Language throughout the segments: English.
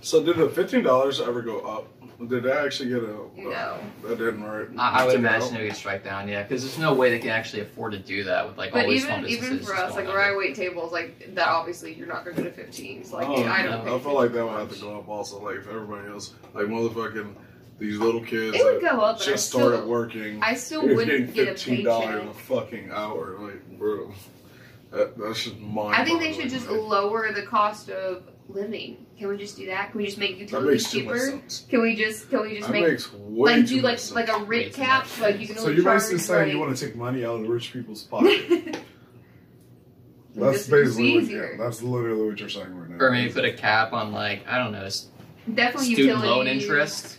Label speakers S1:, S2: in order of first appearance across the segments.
S1: So did the fifteen dollars ever go up? Did I actually get a?
S2: No.
S1: That didn't right.
S3: I, I would
S1: Took it
S3: imagine
S1: out?
S3: it would get strike down, yeah, because there's no way they can actually afford to do that with like all
S2: But
S3: these small
S2: even
S3: businesses.
S2: even for
S3: just
S2: us, like
S3: going
S2: where I
S3: under.
S2: wait tables, like that obviously you're not gonna go to fifteens. Like
S1: Oh,
S2: I
S3: no.
S2: don't
S1: I
S2: think
S1: feel like that would have to go up also. Like if everybody else, like motherfucking these little kids
S2: it would
S1: that
S2: go up. But I
S1: just
S2: still,
S1: started working.
S2: I still
S1: you're getting
S2: wouldn't get a
S1: fifteen dollars
S2: paycheck.
S1: a fucking hour, like bro. That that's just mind.
S2: I think they should just lower the cost of living. Can we just do that? Can we just make
S1: That
S2: utilities
S1: makes too much
S2: cheaper?
S1: sense.
S2: Can we just can we just
S1: That
S2: make
S1: makes way
S2: like
S1: too
S2: do
S1: much
S2: like
S1: sense.
S2: like a
S3: Way
S2: rent
S3: too
S2: cap?
S3: much.
S2: Like you can
S4: So
S2: only
S4: you're
S2: charge,
S4: basically saying you
S2: like-
S4: want to take money out of the rich people's pocket. That's
S2: This would be
S4: basically what, yeah,
S2: easier.
S4: that's literally what you're saying right now.
S3: Or maybe put a cap on like I don't know s-
S2: Definitely
S3: student
S2: utilities.
S3: loan interest,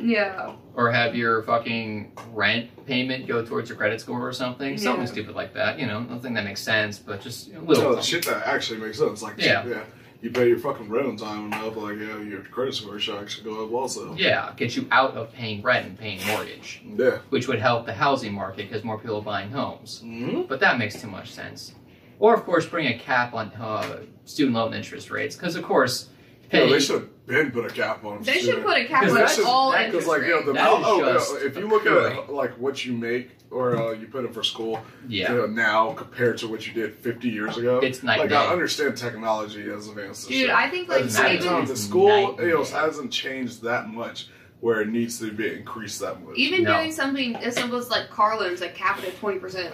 S2: Yeah.
S3: or have your fucking rent payment go towards your credit score or something, something
S2: Yeah.
S3: stupid like that. You know, nothing that makes sense, but just a
S1: No,
S3: little.
S1: the
S3: something.
S1: Oh, shit that actually makes sense. Like
S3: Yeah.
S1: yeah, You pay your fucking rent on time enough, like yeah, your credit score should actually go up also.
S3: yeah, get you out of paying rent and paying mortgage,
S1: Yeah.
S3: which would help the housing market because more people are buying homes.
S1: hmm
S3: But that makes too much sense. Or of course, bring a cap on uh, student loan interest rates because of course,
S1: Yeah,
S3: pay-
S1: they should have been put a cap on.
S2: They should put a cap
S3: Because
S2: on
S3: that's just-
S2: all
S3: that
S1: Because
S2: interest
S1: like you know,
S2: rates.
S1: the
S3: That is
S1: oh, yeah,
S3: just
S1: if you look
S3: accruing.
S1: at like what you make or uh, you put in for school
S3: yeah.
S1: you know, now compared to what you did 50 years ago,
S3: It's night
S1: Like
S3: and
S1: I
S3: day.
S1: understand technology has advanced. and
S2: Dude,
S1: shit.
S2: I think
S1: At
S2: like
S1: the
S3: Doesn't
S1: same
S3: even-
S1: time,
S2: even
S1: the school
S3: Night and
S1: you know,
S3: day.
S1: hasn't changed that much where it needs to be increased that much.
S2: even
S3: No.
S2: doing something as simple as like car loans, like cap it at twenty percent.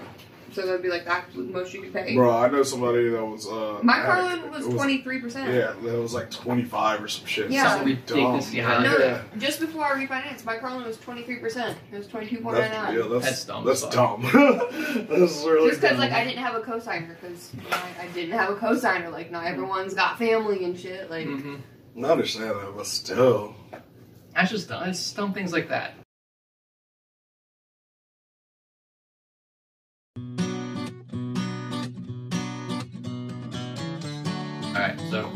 S2: So that'd be like the absolute most you could pay.
S1: Bro, I know somebody that was. Uh,
S2: My car
S1: addict.
S2: loan was
S1: It
S2: twenty three percent.
S1: Yeah, that was like 25 or some shit.
S2: Yeah.
S3: Something ridiculously
S1: Dumb,
S3: high.
S1: man.
S2: No,
S1: yeah.
S2: Just before I refinanced, my car loan was twenty three percent. It was twenty two point nine
S1: That's,
S2: nine.
S1: yeah, that's,
S3: That's dumb as
S1: That's
S3: fuck.
S1: dumb. that's really
S2: Just because
S1: dumb.
S2: like I didn't have a cosigner because I, I didn't have a cosigner. Like now everyone's got family and shit. Like
S3: Mhm.
S1: I understand that, but still.
S3: That's just dumb. It's dumb things like that. All right, so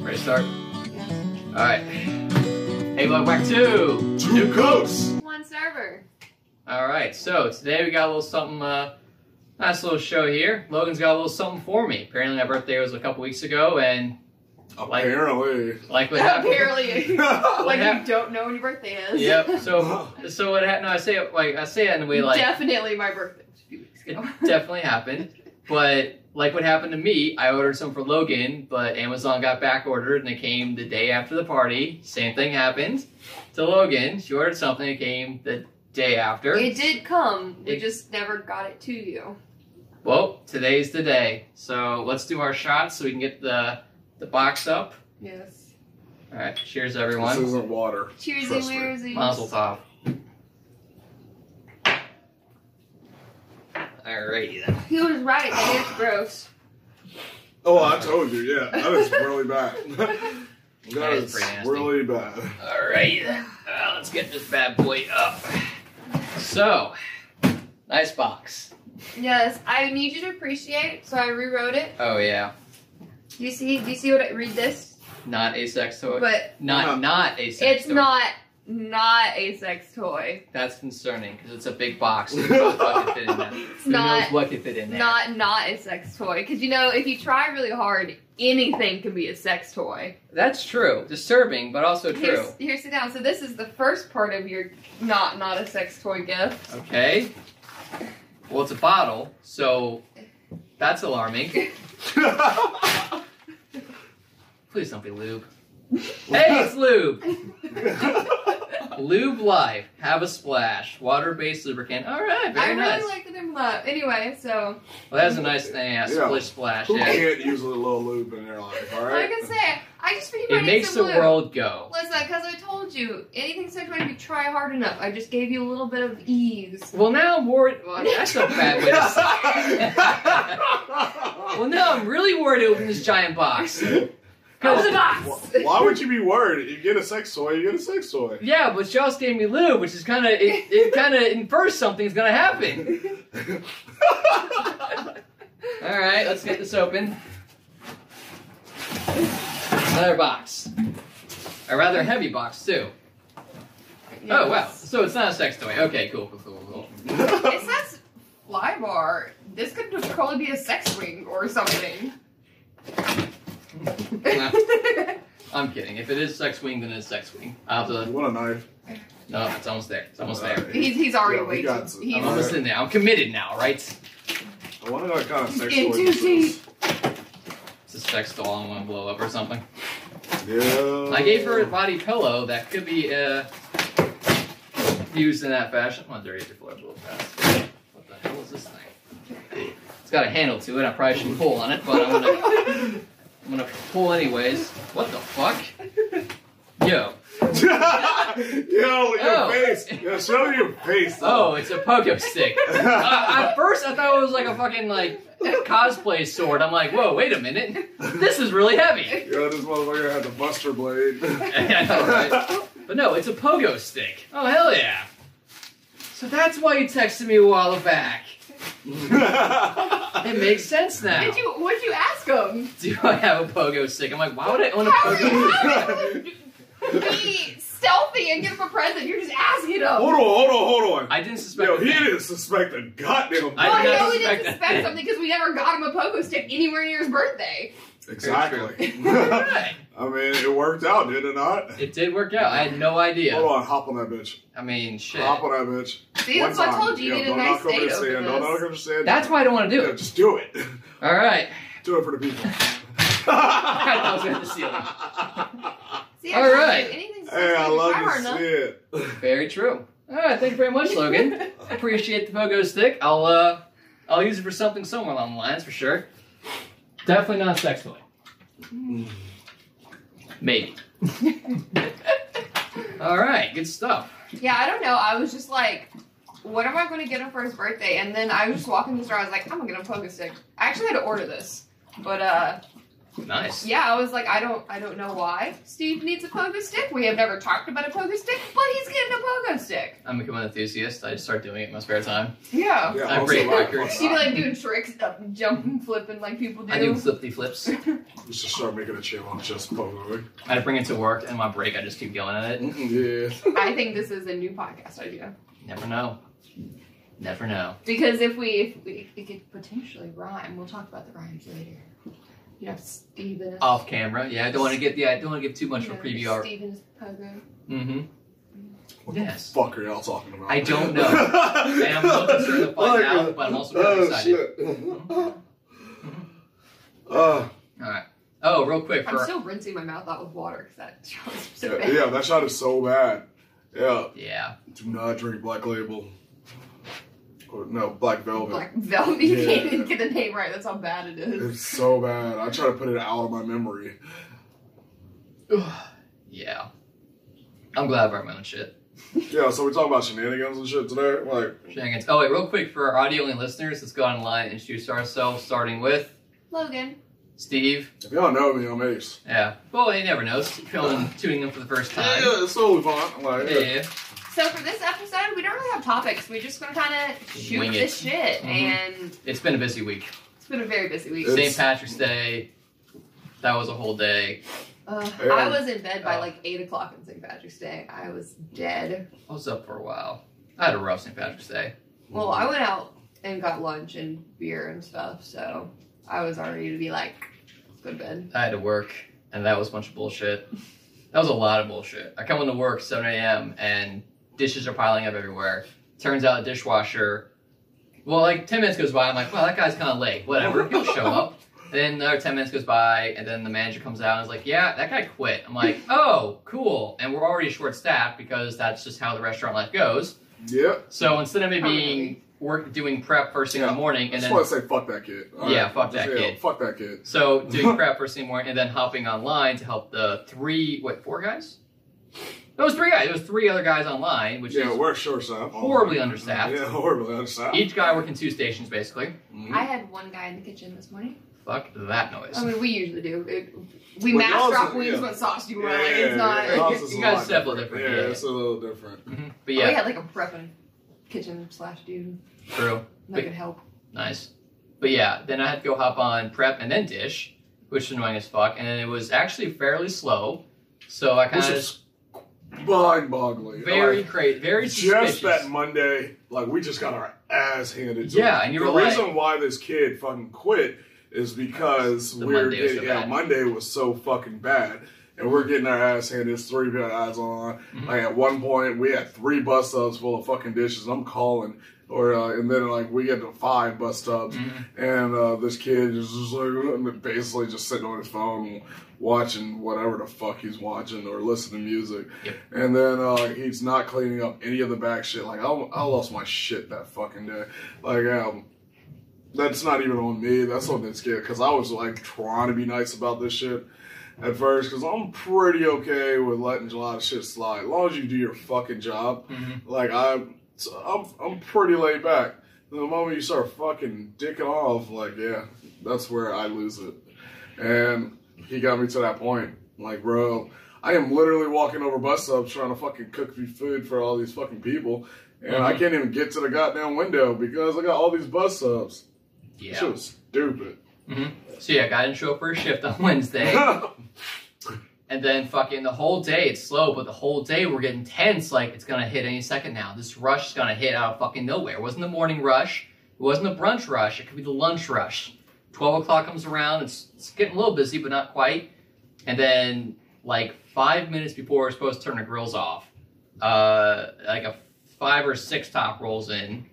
S3: ready to start? All right. Hey, welcome back to.
S1: Two cooks!
S2: one server.
S3: All right, so today we got a little something. Uh, nice little show here. Logan's got a little something for me. Apparently, my birthday was a couple weeks ago, and Like-
S1: Apparently.
S3: like what happened.
S2: Apparently, like
S3: hap-
S2: you don't know when your birthday is.
S3: Yep. So, so what happened? No, I say it like I say it in a way like
S2: definitely my birthday was a few weeks
S3: It
S2: ago.
S3: definitely happened. But like what happened to me, I ordered some for Logan, but Amazon got back ordered and it came the day after the party. Same thing happened to Logan. She ordered something, it came the day after.
S2: It did come. We
S3: It-
S2: just never got it to you.
S3: well, today's the day. So let's do our shots so we can get the the box up.
S2: Yes.
S3: All right, cheers
S1: This
S3: everyone.
S1: isn't water.
S2: Cheersy,
S1: Trust me.
S2: wearsy.
S3: Mazel tov. Alrighty then.
S2: He was right. That is gross.
S1: Oh, I told you, yeah. That is really bad. that
S3: That is
S1: is
S3: pretty nasty.
S1: really bad.
S3: Alright, then. Uh, let's get this bad boy up. So, nice box.
S2: Yes, I need you to appreciate. So I rewrote it.
S3: Oh yeah,
S2: Do you see? Do you see what? I, read this.
S3: not a sex toy.
S2: But
S3: not not a sex
S2: it's
S3: toy.
S2: not not a sex toy.
S3: That's concerning because it's a big box. Who knows what could fit in there?
S2: It's
S3: Who
S2: not
S3: knows what could fit in there?
S2: not not a sex toy because you know if you try really hard, anything can be a sex toy.
S3: That's true. Disturbing, but also true.
S2: Here's here, sit down. So this is the first part of your not not a sex toy gift.
S3: Okay. Well, it's a bottle, so that's alarming. Please don't be lube. Hey, it's lube. Lube Life, have a splash, water-based lubricant. All right,
S2: I
S3: very
S2: really
S3: nice.
S2: like that I'm not. Anyway, so
S3: well, that's a nice thing. Yeah,
S1: Yeah.
S3: splish splash.
S1: Who
S3: Yeah.
S1: can't use a little lube in their life, alright?
S2: like I said, I just think you
S3: It
S2: might need
S3: makes the
S2: some lube.
S3: world go.
S2: Listen, because I told you, anything sex toy if you try hard enough, I just gave you a little bit of ease.
S3: Well, now I'm worried. Well, that's a bad way to say. it. well, now I'm really worried to open this giant box.
S2: Out of
S3: 'Cause-
S2: the box.
S1: Wh- Why would you be worried? You get a sex toy, you get a sex toy.
S3: Yeah, but you also gave me lube, which is kind of it. it kind of infers something's gonna happen. All right, let's get this open. Another box, a rather heavy box too. Oh wow!
S2: Yes.
S3: So it's not a sex toy. Okay, cool, cool, cool, cool.
S2: It says fly bar. This could probably be a sex wing or something.
S3: Wow. I'm kidding. If it is sex wing, then it's sex wing. I'll have to.
S1: You want a knife?
S3: No, it's almost there. It's almost there.
S2: He's, he's already
S1: Yeah, we
S2: way
S1: got
S2: too.
S1: to-
S3: I'm
S2: He's,
S3: almost in there. I'm committed now, right?
S1: I wonder what kind of
S2: He's
S1: sex
S2: getting
S1: toy
S2: too
S1: this is.
S3: It's a sex doll I'm gonna blow up or something.
S1: Yeah.
S3: I gave her a body pillow that could be uh, used in that fashion. I'm gonna dirty your floor a little fast. What the hell is this thing? It's got a handle to it. I probably shouldn't pull on it, but I'm gonna I'm gonna pull anyways. What the fuck?
S1: Yo,
S3: Yo.
S1: your
S3: Oh.
S1: face. Yo, show your face.
S3: Oh, it's a pogo stick. uh, at first, I thought it was like a fucking like cosplay sword. I'm like, whoa, wait a minute, this is really heavy.
S1: Yo, this motherfucker had the Buster Blade.
S3: I know, right? But no, it's a pogo stick. Oh hell yeah! So that's why you texted me a while back. It makes sense now.
S2: Did you? What'd you ask him?
S3: Do I have a pogo stick? I'm like, why would I own a
S2: How are
S3: pogo?
S2: you? How are you gonna be stealthy and give him a present? You're just asking him.
S1: hold on, hold on, hold on.
S3: I didn't suspect.
S1: Yo,
S3: a
S1: he
S3: thing.
S1: didn't suspect a goddamn
S3: I
S2: well,
S3: did
S2: I
S3: not
S2: know he didn't
S3: expect that.
S2: suspect something because we never got him a pogo stick anywhere near his birthday.
S1: Exactly.
S3: Alright.
S1: I mean, it worked out, did it not?
S3: It did work out. I had no idea.
S1: Hold on, hop on that bitch.
S3: I mean, shit.
S1: Hop on that bitch.
S2: See,
S1: One
S2: that's what I
S1: time.
S2: told you. You
S1: Yo,
S2: need a
S1: don't
S2: nice
S1: knock over
S2: date
S1: the sand. Don't knock
S2: over
S1: over the sand.
S3: That's why I don't want to do
S1: Yeah,
S3: it.
S1: just do it.
S3: All right.
S1: Do it for the people.
S3: I was gonna seal it.
S2: this. See,
S3: All right.
S2: Anything's
S1: Hey, I love
S2: Try hard
S1: to
S2: enough.
S1: see it.
S3: Very true. All right, thank you very much, Logan. Appreciate the pogo stick. I'll uh, I'll use it for something somewhere along the lines for sure. Definitely not sexually. Maybe. All right, good stuff.
S2: Yeah, I don't know. I was just like, what am I going to get him for his birthday? And then I was just walking the store. I was like, I'm going to get him a pogo stick. I actually had to order this. But uh,
S3: Nice.
S2: yeah, I was like, I don't, I don't know why Steve needs a pogo stick. We have never talked about a pogo stick, but he's getting a pogo stick.
S3: I'm becoming an enthusiast. I just start doing it in my spare time.
S2: Yeah,
S1: Yeah,
S3: I
S1: also,
S3: break
S1: like,
S3: records.
S2: she be like doing tricks, uh, jumping, flipping like people do.
S3: I do flippy flips.
S1: Let's just start making a channel on just pogoing.
S3: I bring it to work, and my break, I just keep going at it.
S1: Yeah.
S2: I think this is a new podcast idea
S3: Never know. Never know.
S2: because if we if we it could potentially rhyme, we'll talk about the rhymes later. You have Steven.
S3: Off camera. Yeah, I don't want to get. Yeah, I don't want to give too much of a preview. Our,
S2: Steven's pogo.
S3: mm-hmm.
S1: What
S3: Yes.
S1: the fuck are y'all talking about?
S3: I don't know.
S1: I
S3: am a little concerned to find out, but I'm also really
S1: Oh,
S3: excited.
S1: Shit. Uh,
S3: Oh, real quick
S2: I'm
S3: for
S2: still rinsing my mouth out with water because that shot was so
S1: Uh, yeah,
S2: bad.
S1: yeah, that shot is so bad. Yeah,
S3: yeah.
S1: do not drink Black Label. Or, no, Black Velvet.
S2: Black velvet. You
S1: Yeah.
S2: can't even get the name right. That's how bad it is.
S1: It's so bad. I try to put it out of my memory.
S3: Yeah. I'm glad I brought my own shit.
S1: Yeah, so we talk about shenanigans and shit today. Like,
S3: Shenanigans. Oh wait, real quick for our audio only listeners, let's go online and introduce ourselves, starting with
S2: Logan.
S3: Steve.
S1: if y'all know me, I'm Ace.
S3: Yeah. Well, you never know. Feeling tuning in for the first time.
S1: Yeah, it's so fun. Like, yeah.
S3: Yeah.
S2: So for this episode, we don't really have topics. We're just gonna kind of shoot
S3: Wing it.
S2: this shit,
S3: Mhm.
S2: and
S3: It's been a busy week.
S2: it's been a very busy week.
S1: It's-
S3: St. Patrick's Day. That was a whole day.
S2: Uh,
S1: Yeah.
S2: I was in bed by
S3: Oh.
S2: like eight o'clock on St. Patrick's Day. I was dead.
S3: I was up for a while. I had a rough St. Patrick's Day.
S2: Well, I went out and got lunch and beer and stuff, so I was already to be like, let's go to bed.
S3: I had to work, and that was a bunch of bullshit. That was a lot of bullshit. I come into work 7 a.m. and dishes are piling up everywhere. Turns out the dishwasher, well, like 10 minutes goes by. I'm like, well, that guy's kind of late. Whatever, he'll show up. And then another 10 minutes goes by, and then the manager comes out and is like, yeah, that guy quit. I'm like, oh, cool. And we're already short staffed because that's just how the restaurant life goes.
S1: Yep.
S3: So instead of me being
S2: Permanently.
S3: work doing prep first thing in the morning
S1: I
S3: and
S1: just
S3: then
S1: want to say fuck that kid. All
S3: Yeah, fuck that
S1: Just, yeah,
S3: kid.
S1: Fuck that kid.
S3: So doing prep first thing in the morning, and then hopping online to help the three what four guys? It was three guys. It was three other guys online, which
S1: yeah,
S3: is
S1: we're short staffed.
S3: horribly understaffed.
S1: Yeah, horribly understaffed.
S3: each guy working two stations basically.
S1: Mhm.
S2: I had one guy in the kitchen this morning.
S3: Fuck that noise.
S2: I mean, we usually do. It, we
S1: Well,
S2: mask
S1: y'all's-
S2: drop wings,
S1: yeah.
S2: but sauce you
S1: yeah,
S2: wear. like, it's not.
S1: yeah, ours is
S3: You
S1: a
S3: guys
S1: lot
S3: step a little
S1: different.
S3: different,
S1: Yeah,
S3: yeah.
S1: it's a little different.
S3: Mhm. But
S2: We
S3: yeah,
S2: had like a prepping kitchen slash dude
S3: true.
S2: that could help.
S3: Nice. But yeah, then I had to go hop on prep and then dish, which was annoying as fuck. And it was actually fairly slow, so I kind
S1: Which
S3: of
S1: is mind-boggling.
S3: very
S1: Like,
S3: cra- very suspicious.
S1: just that Monday, like we just got our ass handed. to
S3: Yeah,
S1: us.
S3: and you were
S1: the
S3: like-
S1: reason why this kid fucking quit is because
S3: The
S1: we're
S3: Monday was
S1: getting-
S3: so
S1: yeah
S3: bad.
S1: Monday was so fucking bad and we're getting our ass handed. It's three guys on.
S3: Mm-hmm.
S1: Like at one point, we had three bus tubs full of fucking dishes. I'm calling, or uh, and then like we get to five bus tubs,
S3: Mm-hmm.
S1: and uh, this kid is just like basically just sitting on his phone watching whatever the fuck he's watching or listening to music.
S3: Yep.
S1: And then uh, he's not cleaning up any of the back shit. Like I, I lost my shit that fucking day. Like um, that's not even on me. That's on this kid because I was like trying to be nice about this shit at first because I'm pretty okay with letting a lot of shit slide as long as you do your fucking job.
S3: Mhm.
S1: Like I'm, so I'm, I'm pretty laid back. The moment you start fucking dicking off, like yeah, that's where I lose it. And he got me to that point. Like, bro, I am literally walking over bus stops trying to fucking cook me food for all these fucking people. And I
S3: Mhm.
S1: can't even get to the goddamn window because I got all these bus subs.
S3: Yeah. Mm-hmm.
S1: Shit was stupid.
S3: So yeah, guy didn't show up for his shift on Wednesday. And then fucking the whole day, it's slow, but the whole day we're getting tense. Like it's gonna hit any second now. This rush is gonna hit out of fucking nowhere. It wasn't the morning rush. It wasn't the brunch rush. It could be the lunch rush. Twelve o'clock comes around. It's, it's getting a little busy, but not quite. And then like five minutes before we're supposed to turn the grills off, uh, like a five or six top rolls in.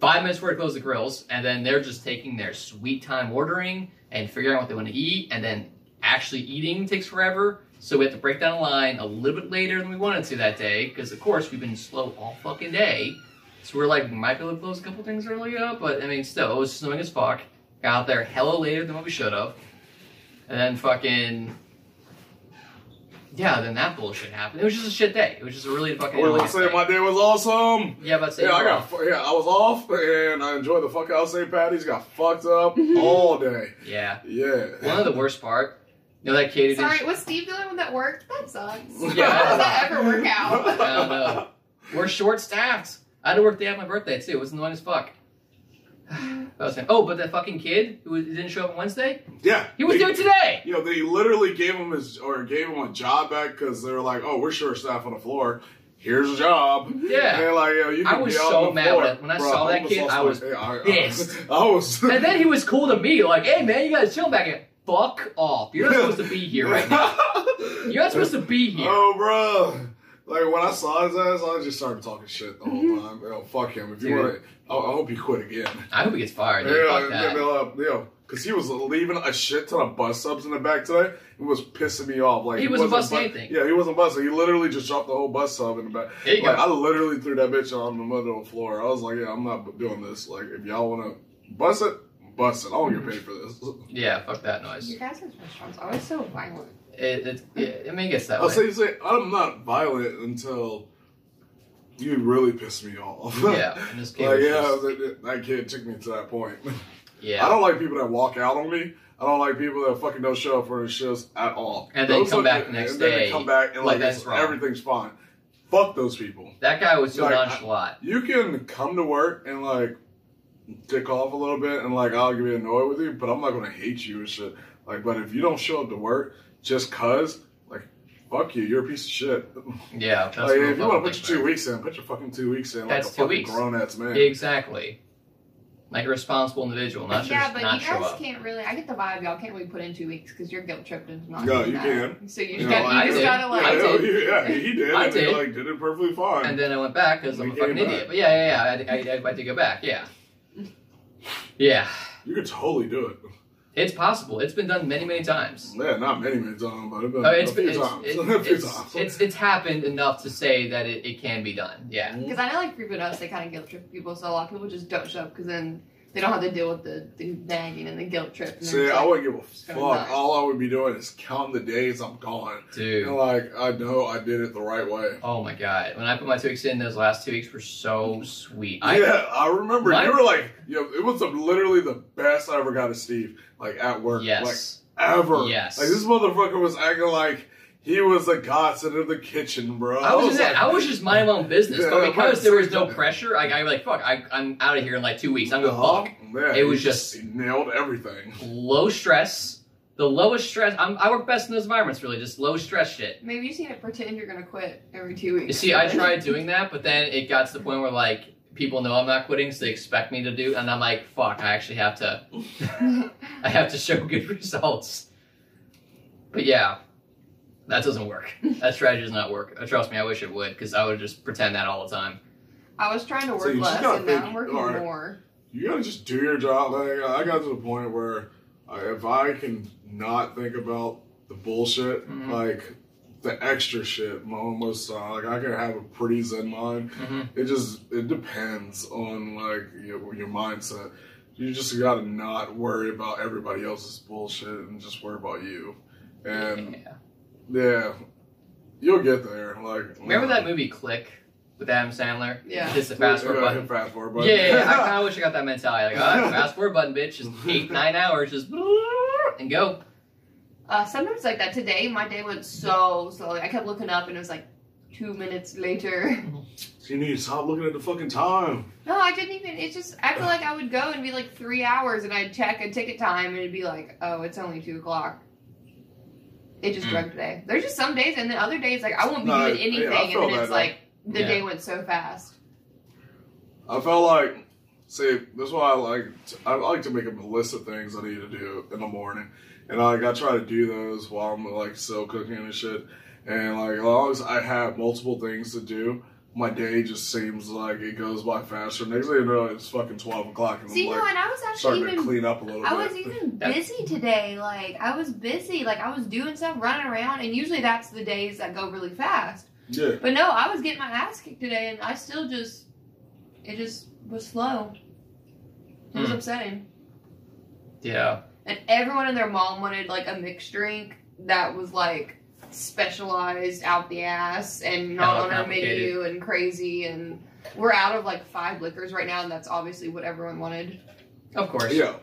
S3: Five minutes before we close the grills, and then they're just taking their sweet time ordering and figuring out what they want to eat, and then actually eating takes forever. So we have to break down a line a little bit later than we wanted to that day, because of course we've been slow all fucking day. So we're like, we might be able to close a couple things earlier, but I mean, still, it was snowing as fuck. Got out there hella later than what we should have. And then fucking. Yeah, then that bullshit happened. It was just a shit day. It was just a really fucking.
S1: Well,
S3: annoying
S1: let's say
S3: day.
S1: my day was awesome.
S3: yeah, but say
S1: Yeah, I
S3: you're
S1: got
S3: off.
S1: yeah, I was off and I enjoyed the fuck out St. Patty's. Got fucked up
S3: Mm-hmm.
S1: all day.
S3: Yeah.
S1: Yeah.
S3: One of the worst part. You know that kid who didn't
S2: Sorry, was Steve the only one that worked? That sucks.
S3: Yeah.
S2: How does that ever work out?
S3: I don't know. We're short staffed. I had to work day after my birthday too. It was annoying as fuck. that was fun. oh, but that fucking kid who was- didn't show up on Wednesday,
S1: Yeah.
S3: he was
S1: They-
S3: due today.
S1: You know, they literally gave him his or gave him a job back because they were like, "Oh, we're short staff on the floor. Here's a job."
S3: Yeah.
S1: And they're like, "Yo, you
S3: I
S1: can
S3: was
S1: be out
S3: so
S1: on the
S3: mad
S1: floor."
S3: when I- when I
S1: Bro,
S3: saw that
S1: homeless
S3: kid,
S1: lost
S3: I
S1: my-
S3: was
S1: yeah, I- I-
S3: pissed.
S1: I was.
S3: And then he was cool to me, like, "Hey man, you guys chill back here. Fuck off. You're not supposed to be here right now. You're not supposed to be here."
S1: Oh, bro. Like when I saw his ass, I just started talking shit the whole time. Yo, fuck him. If you
S3: Mm-hmm. Dude.
S1: want to, I I hope he quit again.
S3: I hope he gets fired. dude.
S1: Yeah,
S3: Fuck
S1: yeah,
S3: that.
S1: because he was leaving a shit ton of bus subs in the back today. It was pissing me off. Like
S3: He
S1: wasn't
S3: wasn't busting
S1: bu-
S3: anything.
S1: Yeah, he wasn't busting. He literally just dropped the whole bus sub in the back.
S3: There you
S1: like
S3: go.
S1: I literally threw that bitch on the middle of the floor. I was like, yeah, I'm not doing this. Like if y'all want to bust it, bust it. I don't get paid for this.
S3: Yeah, fuck Mm-hmm. that noise.
S2: You guys' restaurants are always so violent.
S3: It, it, yeah, I mean, it gets that
S1: I'll
S3: way.
S1: say, say I'm not violent until you really piss me off.
S3: yeah, in this case,
S1: Like, yeah,
S3: yeah,
S1: that- that kid took me to that point.
S3: yeah.
S1: I don't like people that walk out on me. I don't like people that fucking don't show up for their shifts at all.
S3: And then
S1: Those
S3: come
S1: are
S3: back
S1: the-
S3: the next
S1: and then they
S3: day,
S1: come back and
S3: like,
S1: like,
S3: that's
S1: it's-
S3: wrong.
S1: everything's fine. Fuck those people.
S3: that guy was so
S1: Like, I-
S3: nonchalant.
S1: You can come to work and like dick off a little bit and like I'll be annoyed with you, but I'm not gonna hate you and shit. Like, but if you don't show up to work just cause, like, fuck you, you're a piece of shit.
S3: yeah, that's
S1: like,
S3: real
S1: if you want to
S3: fucking
S1: put
S3: big
S1: your two
S3: man.
S1: weeks in, put your fucking two weeks in
S3: That's
S1: like a
S3: two
S1: fucking
S3: weeks.
S1: grown ass man.
S3: Exactly. Like a responsible individual, not
S2: yeah,
S3: just
S2: but
S3: not
S2: you
S3: show
S2: guys
S3: up.
S2: can't really. I get the vibe y'all can't really put in two weeks because you're guilt tripped into not.
S1: No,
S2: doing
S1: you
S2: that. So you
S1: You
S2: just,
S1: know,
S2: gotta,
S1: I
S2: you just
S1: did.
S2: gotta
S1: yeah,
S2: like.
S3: I did.
S1: yeah, he did.
S3: I
S1: and they,
S3: did.
S1: like did it perfectly fine.
S3: And then I went back because I'm
S1: We
S3: a
S1: came
S3: fucking
S1: back.
S3: idiot. But yeah, yeah, yeah. I, I, I had to go back. Yeah, yeah.
S1: You could totally do it.
S3: It's possible. It's been done many, many times.
S1: Yeah, not many minutes on, but it been
S3: Uh, it's
S1: a
S3: been
S1: few
S3: it's,
S1: times.
S3: it's,
S1: a few
S3: it's,
S1: times.
S3: it's it's happened enough to say that it, it can be done. Yeah.
S2: Because I know like frequent us, they kind of guilt trip people. So a lot of people just don't show up because then they don't have to deal with the, the nagging and the guilt trip. And they're
S1: See,
S2: just
S1: I
S2: like,
S1: wouldn't give a
S2: so
S1: fuck.
S2: nice.
S1: All I would be doing is counting the days I'm gone. And
S3: Dude.
S1: like, I know I did it the right way.
S3: Oh my god. When I put my two weeks in, those last two weeks were so sweet. I
S1: yeah, I remember.
S3: Mine-
S1: you were like, you know, it was the, literally the best I ever got at Steve, like at work.
S3: yes.
S1: Like, ever.
S3: Yes.
S1: Like, this motherfucker was acting like he was the godsend of the kitchen, bro.
S3: I was, just
S1: like,
S3: I was just minding my own business,
S1: Yeah,
S3: but
S1: that
S3: because
S1: might-
S3: there was no pressure, I, I was like, fuck, I, I'm out of here in like two weeks. I'm gonna
S1: uh-huh.
S3: fuck.
S1: Yeah,
S3: It was
S1: he
S3: just-
S1: he nailed everything.
S3: low stress. The lowest stress. I'm, I work best in those environments, really, just low stress shit.
S2: Maybe you just need to pretend you're gonna quit every two weeks.
S3: You see, I tried doing that, but then it got to the point where like people know I'm not quitting, so they expect me to do, and I'm like, fuck, I actually have to. I have to show good results. But yeah, That doesn't work. That strategy does not work. Uh, Trust me, I wish it would, because I would just pretend that all the time.
S2: I was trying
S1: So
S2: to work
S1: you just
S2: less,
S1: gotta
S2: and now
S1: think,
S2: I'm working
S1: alright.
S2: more.
S1: you gotta just do your job. Like, I got to the point where uh, if I can not think about the bullshit,
S3: Mhm.
S1: like the extra shit, my almost uh, like I can have a pretty zen mind.
S3: Mhm.
S1: It just it depends on like your, your mindset. You just gotta not worry about everybody else's bullshit and just worry about you. And
S3: Yeah.
S1: yeah, you'll get there. Like
S3: Remember that movie Click with Adam Sandler?
S2: Yeah.
S3: Just a fast forward
S1: Yeah,
S3: button.
S1: Fast forward button.
S3: Yeah, yeah, yeah. I kind of wish I got that mentality. Like, all right, fast forward button, bitch. Just eight, nine hours, just and go.
S2: Uh, sometimes like that. Today, my day went so slowly. I kept looking up, and it was like two minutes later.
S1: So you need to stop looking at the fucking time.
S2: No, I didn't even. It just. I feel like I would go and be like three hours, and I'd check a ticket time, and it'd be like, oh, it's only two o'clock. It just
S3: Mm.
S2: drug today. There's just some days, and then other days, like I won't be
S1: No,
S2: doing
S1: yeah, I
S2: anything,
S1: feel
S2: and then
S1: that,
S2: it's
S1: though.
S2: like the
S3: Yeah.
S2: day went so fast.
S1: I felt like, see, that's why I like, I like to make a list of things I need to do in the morning, and like I try to do those while I'm like still cooking and shit, and like as long as I have multiple things to do. My day just seems like it goes by faster. Next thing you know, it's fucking twelve o'clock, and
S2: See,
S1: I'm
S2: no,
S1: like
S2: and I was actually
S1: starting to
S2: even.
S1: clean up a little
S2: I
S1: bit.
S2: was even
S3: That's-
S2: busy today. Like I was busy. Like I was doing stuff, running around, and usually that's the days that go really fast.
S1: yeah,
S2: But no, I was getting my ass kicked today, and I still just, it just was slow. It was
S3: Hmm.
S2: upsetting.
S3: Yeah.
S2: And everyone and their mom wanted like a mixed drink that was like specialized out the ass and
S3: Hella
S2: not on our
S3: complicated.
S2: menu and crazy. And we're out of like five liquors right now, and that's obviously what everyone wanted.
S3: Of course.
S1: yeah,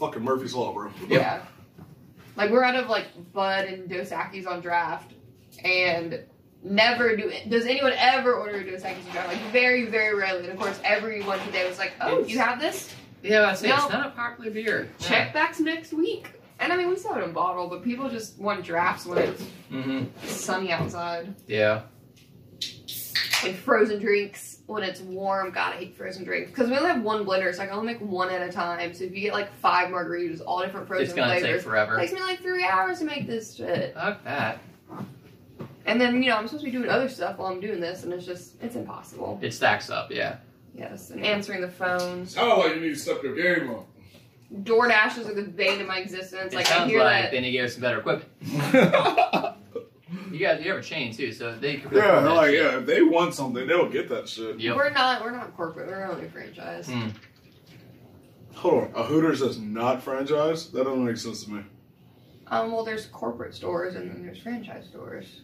S1: fucking Murphy's law, bro.
S2: Yeah. Like we're out of like Bud and Dos Equis on draft, and never do does anyone ever order a Dos Equis on draft. Like very very rarely. And of course, everyone today was like, "Oh, you have this?
S3: Yeah, I say
S2: No.
S3: it's not a popular beer.
S2: Check backs next week." And I mean, we still have it in bottle, but people just want drafts when it's
S3: Mm-hmm.
S2: sunny outside
S3: Yeah.
S2: and frozen drinks when it's warm. God, I hate frozen drinks because we only have one blender, so I can only make one at a time. So if you get like five margaritas, all different frozen
S3: It's gonna take
S2: flavors,
S3: forever.
S2: takes me like three hours to make this shit.
S3: Fuck that.
S2: And then, you know, I'm supposed to be doing other stuff while I'm doing this, and it's just, it's impossible.
S3: It stacks up. Yeah.
S2: Yes, and answering the phones.
S1: Sounds like you need to step your game up.
S2: Door dashes are the bane of my existence.
S3: It
S2: Like, I
S3: sounds
S2: hear
S3: like
S2: that.
S3: they need to give us some better equipment. You guys, you have a chain too, so they. Can
S1: Yeah,
S3: that
S1: like
S3: shit.
S1: yeah, if they want something, they'll get that shit.
S3: Yep.
S2: We're not, we're not corporate. We're only a franchise.
S3: Mm.
S1: Hold on, a Hooters that's not franchise? That doesn't make sense to me.
S2: Um, well, there's corporate stores and then there's franchise stores.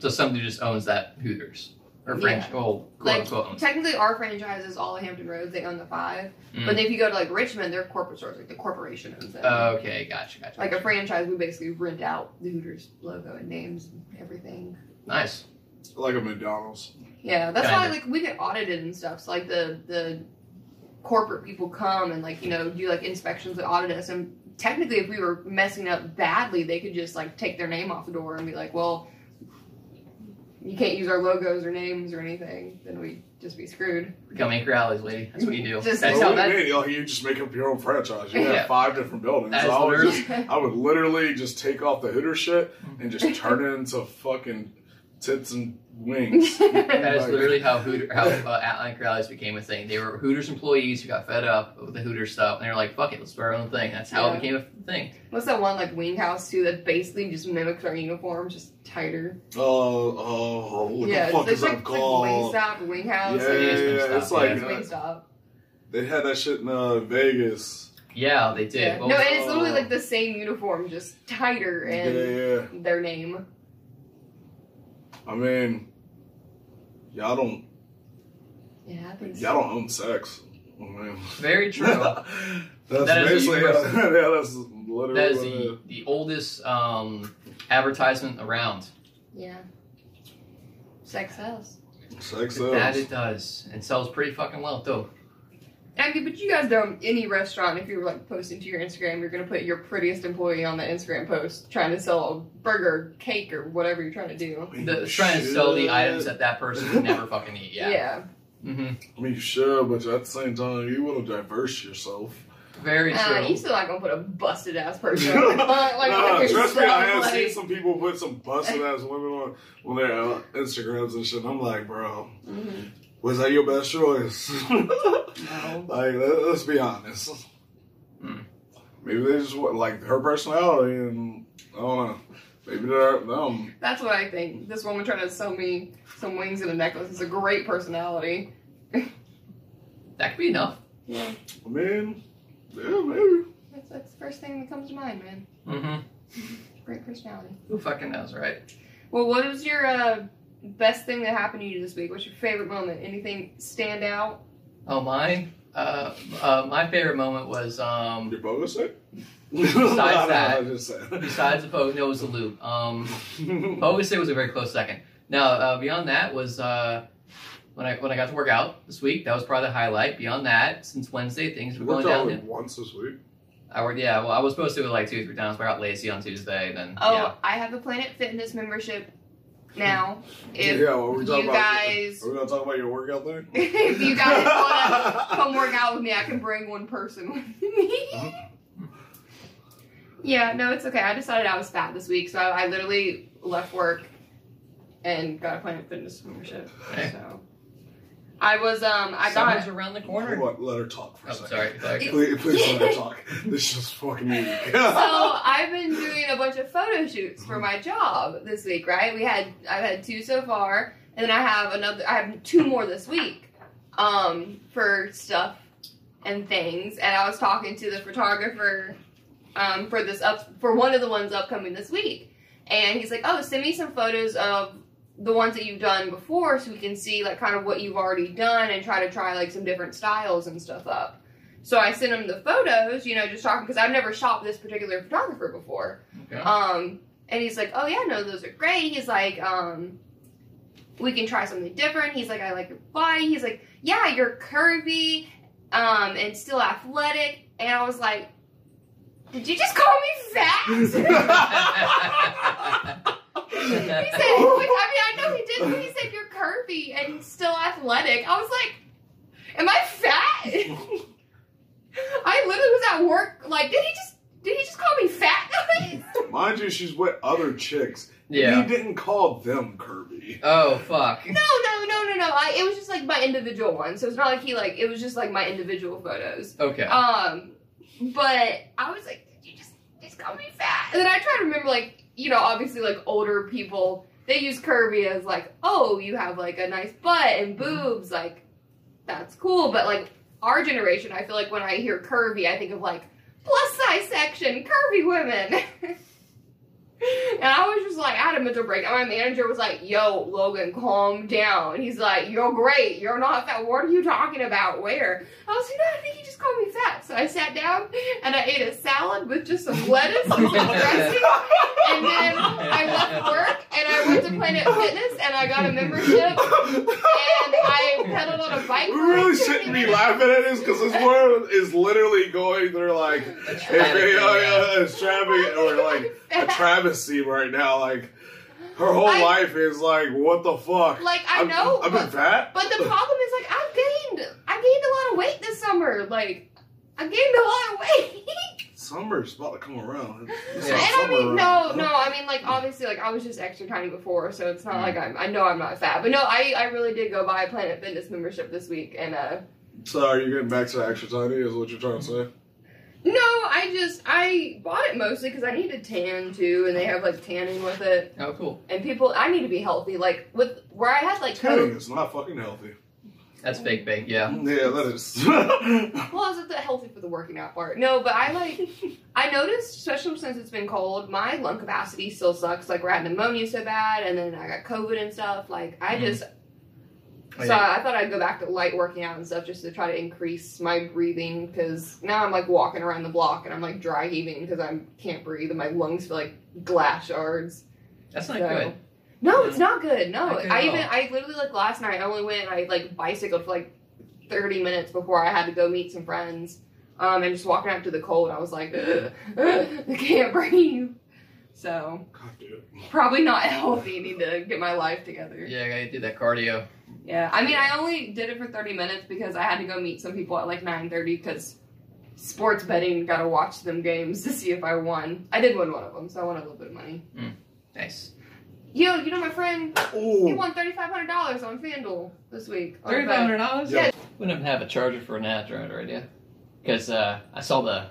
S3: So somebody just owns that Hooters or
S2: Yeah.
S3: French. Oh, quote
S2: Like-
S3: unquote. owns.
S2: Technically, our franchise is all of Hampton Roads. They own the five. But
S3: Mm.
S2: then if you go to like Richmond, they're corporate stores. Like the corporation owns them.
S3: Okay, gotcha, gotcha.
S2: like a franchise, we basically rent out the Hooters logo and names and everything.
S3: nice.
S1: Like a McDonald's.
S2: Yeah, that's why
S3: Kinda.
S2: like we get audited and stuff. So like the the corporate people come and like you know do like inspections and audit us. And technically, if we were messing up badly, they could just like take their name off the door and be like, well, you can't use our logos or names or anything. Then we'd just be screwed.
S3: Become anchor alleys, lady. That's what you do.
S2: Just-
S3: that's
S1: Well, what
S3: how
S1: do
S3: that.
S1: you, mean? Like, you just make up your own franchise. You
S3: Yeah.
S1: have five different buildings.
S3: That is
S1: I, would
S3: literally-
S1: just, I would literally just take off the Hooters shit and just turn it into fucking tits and wings.
S3: That is
S1: Like-
S3: literally how Hooter, how uh, at Anchor Alleys became a thing. They were Hooters employees who got fed up with the Hooters stuff, and they were like, "Fuck it, let's do our own thing." That's how
S2: Yeah.
S3: it became a thing.
S2: What's that one like wing house too that basically just mimics our uniforms, just tighter?
S1: Oh, oh, what
S2: yeah,
S1: the fuck
S2: it's,
S1: is
S2: like,
S1: that
S2: it's like wing
S1: called?
S2: stop, wing
S1: yeah,
S2: house.
S1: yeah,
S2: like,
S3: it's
S1: yeah,
S3: Wingstop,
S1: it's like
S2: it's
S1: uh,
S2: wing stop.
S1: they had that shit in uh, Vegas.
S3: Yeah, they did.
S2: Yeah.
S3: What
S2: No,
S3: was-
S2: and it's literally
S1: oh.
S2: like the same uniform, just tighter and.
S1: yeah, yeah.
S2: their name.
S1: I mean, y'all don't
S2: It happens.
S1: y'all don't own sex. I mean,
S3: very true.
S1: that's
S3: That is the
S1: basically
S3: universe.
S1: yeah, that's literally
S3: that is
S1: what it is.
S3: the, the oldest um, advertisement around.
S2: Yeah. Sex sells.
S1: Sex
S3: That
S1: sells.
S3: it does, and sells pretty fucking well too.
S2: I mean, but you guys know any restaurant, if you're like posting to your Instagram, you're gonna put your prettiest employee on the Instagram post trying to sell a burger, cake, or whatever you're trying to do.
S3: The, trying to sell the
S1: Shit.
S3: items that that person would never fucking eat. Yeah.
S2: Yeah.
S3: Mm-hmm.
S1: I mean, you should, but at the same time, you want to diverse yourself.
S3: Very true.
S2: Uh, you still not gonna put a busted ass person. on the front, like,
S1: Nah,
S2: like
S1: trust me, I have
S2: yourself,
S1: seen
S2: like-
S1: some people put some busted ass women on on their uh, Instagrams and shit. and I'm like, bro,
S2: Mhm.
S1: was that your best choice? like,
S2: No.
S1: let- let's be honest.
S3: Hmm.
S1: Maybe they just want like her personality, and I don't know. Maybe they're them.
S2: That's what I think. This woman trying to sell me some wings and a necklace is a great personality.
S3: That could be enough.
S2: Yeah,
S1: I mean, yeah, maybe.
S2: that's, that's the first thing that comes to mind, man.
S3: Mm-hmm.
S2: Great personality.
S3: Who fucking knows, right?
S2: Well, what was your uh, best thing that happened to you this week? What's your favorite moment? Anything stand out?
S3: Oh, mine. Uh, uh, my favorite moment was um,
S1: Your bogus it.
S3: that.
S1: I just said.
S3: besides the pogo, no, it was the loop. Um,
S1: oh,
S3: Pogo State was a very close second. Now, uh, beyond that was uh, when I when I got to work out this week. That was probably the highlight. Beyond that, since Wednesday, things were going
S1: worked out
S3: down.
S1: like once this week.
S3: I worked, yeah. Well, I was supposed to do it like two, three times, but I got lazy on Tuesday. Then,
S2: Oh,
S3: yeah.
S2: I have a Planet Fitness membership now. If
S1: yeah, what we talking
S2: you
S1: about?
S2: guys,
S1: Are we gonna talk about your workout thing?
S2: if you guys want to come work out with me, I can bring one person with
S1: Mm-hmm.
S2: me. yeah, no, it's okay. I decided I was fat this week, so I, I literally left work and got a Planet Fitness membership.
S3: Okay.
S2: So I was, um, I got.
S3: Summer's around the corner.
S1: What? Let her talk for
S3: Oh,
S1: a second.
S3: sorry. Like,
S1: Please, please let her talk. This is fucking weak.
S2: so I've been doing a bunch of photo shoots for my job this week, right? We had I've had two so far, and then I have another I have two more this week um for stuff and things. And I was talking to the photographer um for this up for one of the ones upcoming this week. And he's like, "Oh, send me some photos of the ones that you've done before so we can see like kind of what you've already done and try to try like some different styles and stuff up." So I sent him the photos, you know, just talking because I've never shot with this particular photographer before.
S3: Okay.
S2: Um, and he's like, "Oh yeah, no, those are great." He's like, um, "We can try something different." He's like, "I like your body." He's like, "Yeah, you're curvy um, and still athletic." And I was like, "Did you just call me fat?" he said, which, I mean, I know he did, but he said you're curvy and still athletic. I was like, am I fat? I literally was at work. Like, did he just did he just call me fat? guys?
S1: Mind you, she's with other chicks.
S3: yeah.
S1: He didn't call them Kirby.
S3: Oh fuck.
S2: no, no, no, no, no. I, it was just like my individual one. So it's not like he like it was just like my individual photos.
S3: Okay.
S2: Um, but I was like, did you just just call me fat? And then I try to remember, like, you know, obviously, like older people they use curvy as like, oh, you have like a nice butt and boobs, like that's cool. But like our generation, I feel like when I hear curvy, I think of like plus size section, curvy women. And I was just like, I had a mental break. And my manager was like, Yo, Logan, calm down. He's like, You're great. You're not fat. What are you talking about? Where? I was like, No, I think he just called me fat. So I sat down and I ate a salad with just some lettuce and some dressing. And then I left work and I went to Planet Fitness and I got a membership and I pedaled on a bike.
S1: We
S2: for, like,
S1: really
S2: 30
S1: shouldn't be
S2: minutes.
S1: laughing at this because this world is literally going through like
S3: That's
S1: if
S3: traffic,
S1: they- oh,
S3: yeah.
S1: yeah, it's traffic or like a travesty right now. Like her whole
S2: I-
S1: life is like, what the fuck?
S2: Like I
S1: I've-
S2: know,
S1: I've
S2: but-
S1: been fat.
S2: But the problem is, like, I've gained, I gained a lot of weight this summer. Like, I gained a lot of weight.
S1: Summer's about to come around. It's
S3: Yeah.
S1: not
S2: and I
S1: summer
S2: mean, no,
S1: around.
S2: no, I mean, like, obviously, like, I was just extra tiny before, so it's not
S1: Mm.
S2: like I'm, I know I'm not fat. But no, I, I really did go buy a Planet Fitness membership this week, and, uh,
S1: So are you getting back to extra tiny? Is what you're trying to say?
S2: no, I just, I bought it mostly because I need to tan too, and they have, like, tanning with it.
S3: Oh cool.
S2: And people, I need to be healthy. Like, with, where I had, like,
S1: Tanning
S2: COVID,
S1: is not fucking healthy.
S3: That's fake bake. Yeah.
S1: Yeah, that is.
S2: well, I was at the healthy for the working out part. No, but I, like, I noticed, especially since it's been cold, my lung capacity still sucks. Like, we're at pneumonia so bad, and then I got COVID and stuff. Like, I
S3: Mhm.
S2: just.
S3: Oh,
S2: So
S3: yeah.
S2: I thought I'd go back to light working out and stuff just to try to increase my breathing because now I'm like walking around the block and I'm like dry heaving because I can't breathe and my lungs feel like glass shards.
S3: That's not
S2: So-
S3: good.
S2: No,
S3: Yeah.
S2: it's not good. No,
S3: Not good
S2: I
S3: at
S2: even
S3: all.
S2: I literally like last night I only went and I like bicycled for like thirty minutes before I had to go meet some friends. Um, and just walking out to the cold, I was like, "Ugh, ugh, I can't breathe. So
S1: God, dude.
S2: probably not healthy. Need to get my life together.
S3: Yeah, I gotta do that cardio.
S2: Yeah, I mean, I only did it for thirty minutes because I had to go meet some people at like nine thirty because sports betting, got to watch them games to see if I won. I did win one of them, so I won a little bit of money.
S3: Nice.
S2: Yo, you know my friend, he
S1: Ooh.
S2: won thirty five hundred dollars on FanDuel this week. on a
S3: Thirty
S2: bet.
S3: five hundred dollars.
S1: Yeah.
S3: Wouldn't have a charger for an Android right idea, because uh, I saw the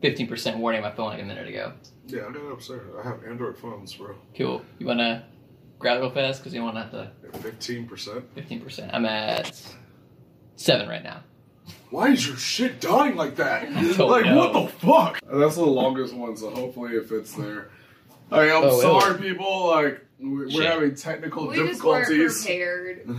S3: fifteen percent warning on my phone like a minute ago.
S1: Yeah, I got it upstairs. I have Android phones, bro.
S3: Cool. You wanna grab it real fast because you wanna have the
S1: Fifteen percent.
S3: fifteen percent. I'm at seven right now.
S1: Why is your shit dying like that?
S3: I don't
S1: Like
S3: know.
S1: what the fuck? Uh, That's the longest one, so hopefully it fits there. I mean, I'm
S3: Oh, it'll-
S1: sorry, people. Like we- we're
S3: Shit.
S1: having technical
S2: We just weren't
S1: difficulties.
S2: prepared.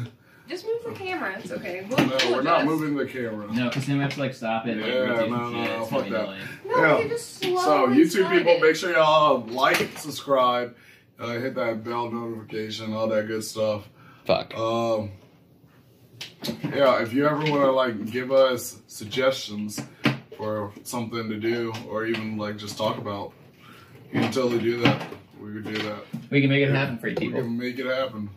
S2: Just move the camera. It's okay. We'll,
S1: No,
S2: we'll
S1: we're not
S2: adjust.
S1: moving the camera.
S3: No, because then we have to like stop it.
S1: it, like, Yeah, rotate no, and shit. no, no, It's fuck really that. annoying.
S2: No,
S1: Yeah.
S2: we can just slowly
S1: So, you two
S2: slide
S1: people,
S2: it.
S1: make sure y'all like, subscribe, uh, hit that bell notification, all that good stuff.
S3: Fuck.
S1: Um, yeah, if you ever want to like give us suggestions for something to do, or even like just talk about, you can totally do that. We could do that.
S3: we can make it happen for you
S1: We
S3: people.
S1: can make it happen.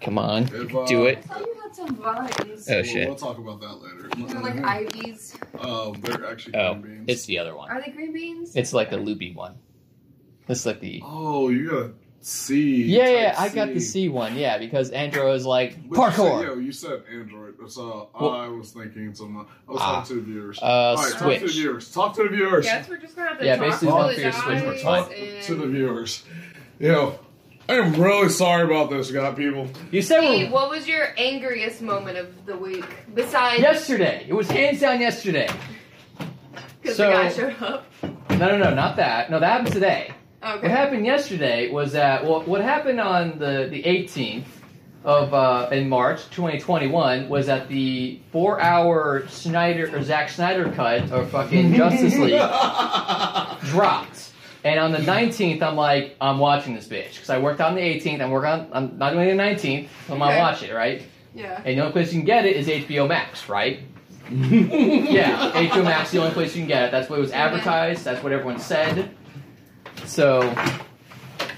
S3: Come on,
S1: If, uh,
S3: do
S2: I
S3: it.
S2: thought you had some vines.
S3: Oh,
S1: we'll,
S3: shit.
S1: We'll talk about that later.
S2: They're
S1: Mm-hmm.
S2: like ivies.
S1: um, they're actually
S3: Oh,
S1: green beans.
S3: It's the other one.
S2: Are they green beans?
S3: It's like the loopy one. It's like the
S1: oh, you got a C.
S3: yeah, yeah.
S1: type
S3: I got the C one. Yeah, because Andrew is like
S1: But You said,
S3: parkour.
S1: yo, you said Android. So
S3: Well-
S1: I was thinking someone. I was
S3: Ah.
S1: talking to the viewers.
S3: Uh,
S1: talk to the
S3: switch.
S1: viewers. Talk to the viewers.
S2: Yes, we're just gonna have to
S3: Yeah,
S2: talk
S3: basically
S2: till
S3: not
S2: it
S3: for your Switch, we're
S2: dies
S3: talking
S2: and-
S1: to the viewers. You know, I am really sorry about this, God people.
S3: You said
S2: Hey,
S3: we're-
S2: what was your angriest moment of the week besides
S3: yesterday. It was hands down yesterday.
S2: because
S3: so-
S2: the guy showed up?
S3: No, no, no, not that. No, that happened today.
S2: Okay.
S3: What happened yesterday was that well, what happened on the the 18th of uh, in March 2021 was that the four hour Snyder or Zack Snyder cut of fucking Justice League dropped. And on the 19th, I'm like, I'm watching this bitch because I worked on the 18th. I'm working on, I'm not doing the 19th. So I'm gonna
S2: Okay.
S3: watch it, right?
S2: Yeah.
S3: And the only place you can get it is HBO Max, right? Yeah, HBO Max is the only place you can get it. That's what it was advertised. That's what everyone said. So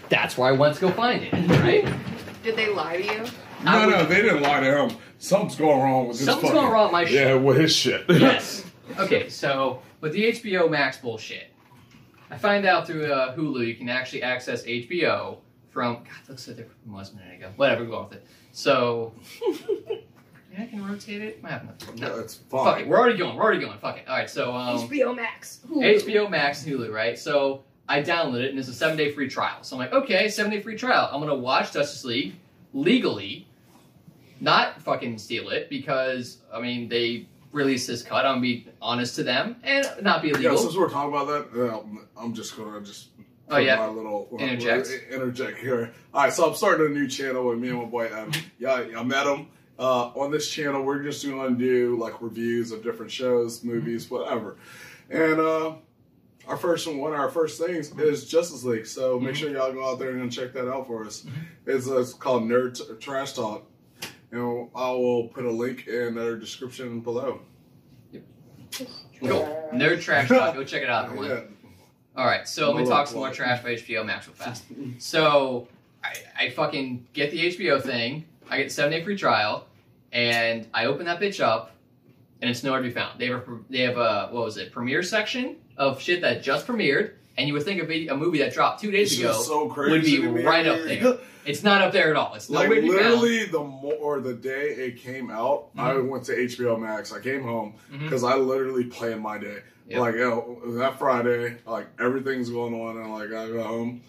S3: that's where I went to go find it, right?
S2: Did they lie to you?
S1: no, no, they didn't lie to him. Something's going wrong with his
S3: Something's
S1: fucking-
S3: going wrong with my shit.
S1: Yeah, with his shit.
S3: Yes. Okay, so with the HBO Max bullshit, I find out through uh, Hulu you can actually access HBO from. God, that looks so different from it was a minute ago. Whatever, go with it. So. Yeah, I can rotate it. Might have enough.
S1: no,
S3: No.
S1: it's
S3: Fuck it.
S1: fine.
S3: We're already going. We're already going. Fuck it. All right. So um,
S2: HBO Max. Hulu.
S3: HBO Max and Hulu, right? So I downloaded it, and it's a seven day free trial. So I'm like, okay, seven day free trial. I'm gonna watch Justice League legally, not fucking steal it because I mean they released this cut. I'm gonna be honest to them and not be
S1: Yeah,
S3: illegal.
S1: since we're talking about that, um, I'm just gonna just
S3: oh
S1: put
S3: yeah,
S1: my little uh,
S3: Interject.
S1: interject here. All right, so I'm starting a new channel with me and my boy Adam. Yeah, I met him. Uh, on this channel, we're just gonna do like reviews of different
S3: Mm-hmm.
S1: shows, movies, whatever. And uh, our first one, one of our first things is Justice League. So make
S3: Mm-hmm.
S1: sure y'all go out there and check that out for us. It's, uh, it's called Nerd T- Trash Talk, and I will put a link in our description below.
S3: cool. No trash talk. Go check it out. everyone.
S1: Yeah.
S3: All right, so let me
S1: Hold
S3: talk
S1: up, Mm-hmm.
S3: some more
S1: hold
S3: trash for HBO Max real fast. So I, I fucking get the HBO thing. I get the seven day free trial, and I open that bitch up, and it's nowhere to be found. They have a, they have a what was it premiere section of shit that just premiered, and you would think a, vid- a movie that dropped two days
S1: It's
S3: ago.
S1: just so crazy
S3: would be
S1: to me.
S3: right up there. It's not up there at all. It's
S1: Like
S3: nowhere to be found.
S1: literally the more the day it came out, I
S3: Mm-hmm.
S1: went to HBO Max. I came home
S3: Mhm.
S1: because I literally planned my day.
S3: Yep.
S1: Like yo, that Friday, like everything's going on, and like I go home,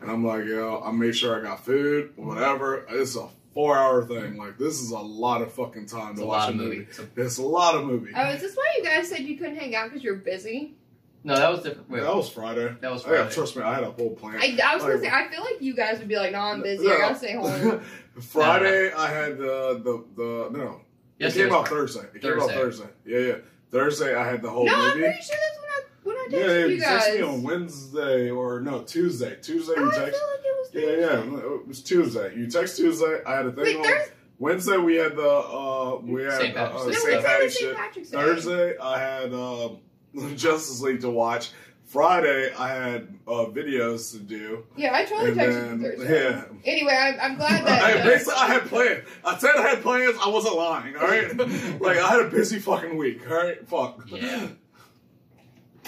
S1: and I'm like yo, I made sure I got food, whatever. It's a four hour thing. Like this is a lot of fucking time
S3: It's
S1: to
S3: a
S1: watch
S3: lot
S1: a
S3: of
S1: movie.
S3: movie. It's a-
S1: It's a lot of movie.
S2: Oh, is this why you guys said you couldn't hang out because you're busy?
S3: No, that was different. Wait,
S1: that was Friday.
S3: that was
S1: Yeah,
S3: Friday.
S1: trust me, I had a whole plan.
S2: I, I was gonna
S1: Like,
S2: say, I feel like you guys would be like, no, I'm busy. I
S1: No.
S2: gotta stay home.
S1: Friday, I had the the the no. It
S3: Yesterday
S1: came
S3: was
S1: out
S3: Friday.
S1: Thursday. It came out
S3: Thursday.
S1: Thursday. Yeah, yeah. Thursday, I had the whole
S2: no, I'm
S1: movie.
S2: pretty sure that's when I when I
S1: yeah,
S2: texted
S1: Oh, yeah.
S2: you
S1: You
S2: guys.
S1: texted me on Wednesday or no Tuesday. Tuesday
S2: oh,
S1: you
S2: I feel like
S1: text.
S2: it was
S1: Yeah, yeah. It was Tuesday. You text Tuesday. I had a thing
S2: Wait,
S1: on
S2: Thursday?
S1: Wednesday. We had the uh we had
S3: St. Patrick's
S1: uh, uh,
S2: No,
S3: Day.
S2: we
S1: St.
S2: said
S1: Patrick's
S2: St.
S1: shit.
S2: Patrick's Day.
S1: Thursday, I had um, Justice League to watch. Friday, I had uh, videos to do.
S2: Yeah, I totally
S1: And
S2: texted
S1: then-
S2: you Thursday.
S1: yeah.
S2: Anyway, I'm, I'm glad
S1: I,
S2: that. uh,
S1: basically, I had plans. I said I had plans. I wasn't lying. All right, like I had a busy fucking week. All right, fuck.
S3: Yeah.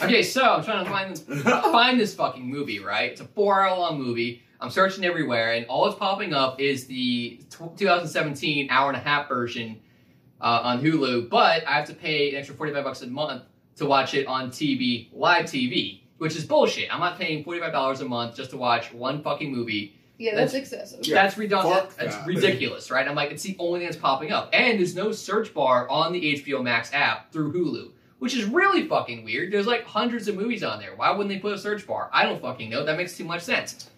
S3: Okay, so I'm trying to find this find this fucking movie, right? It's a four hour long movie. I'm searching everywhere, and all that's popping up is the tw 2017 hour and a half version uh, on Hulu. But I have to pay an extra 45 bucks a month to watch it on TV, live TV, which is bullshit. I'm not paying 45 dollars a month just to watch one fucking movie.
S2: Yeah, that's, excessive.
S1: Yeah,
S3: that's redundant.
S1: fuck
S3: That's
S1: that.
S3: ridiculous, right? I'm like, it's the only thing that's popping up, and there's no search bar on the HBO Max app through Hulu. Which is really fucking weird. There's like hundreds of movies on there. Why wouldn't they put a search bar? I don't fucking know. That makes too much sense.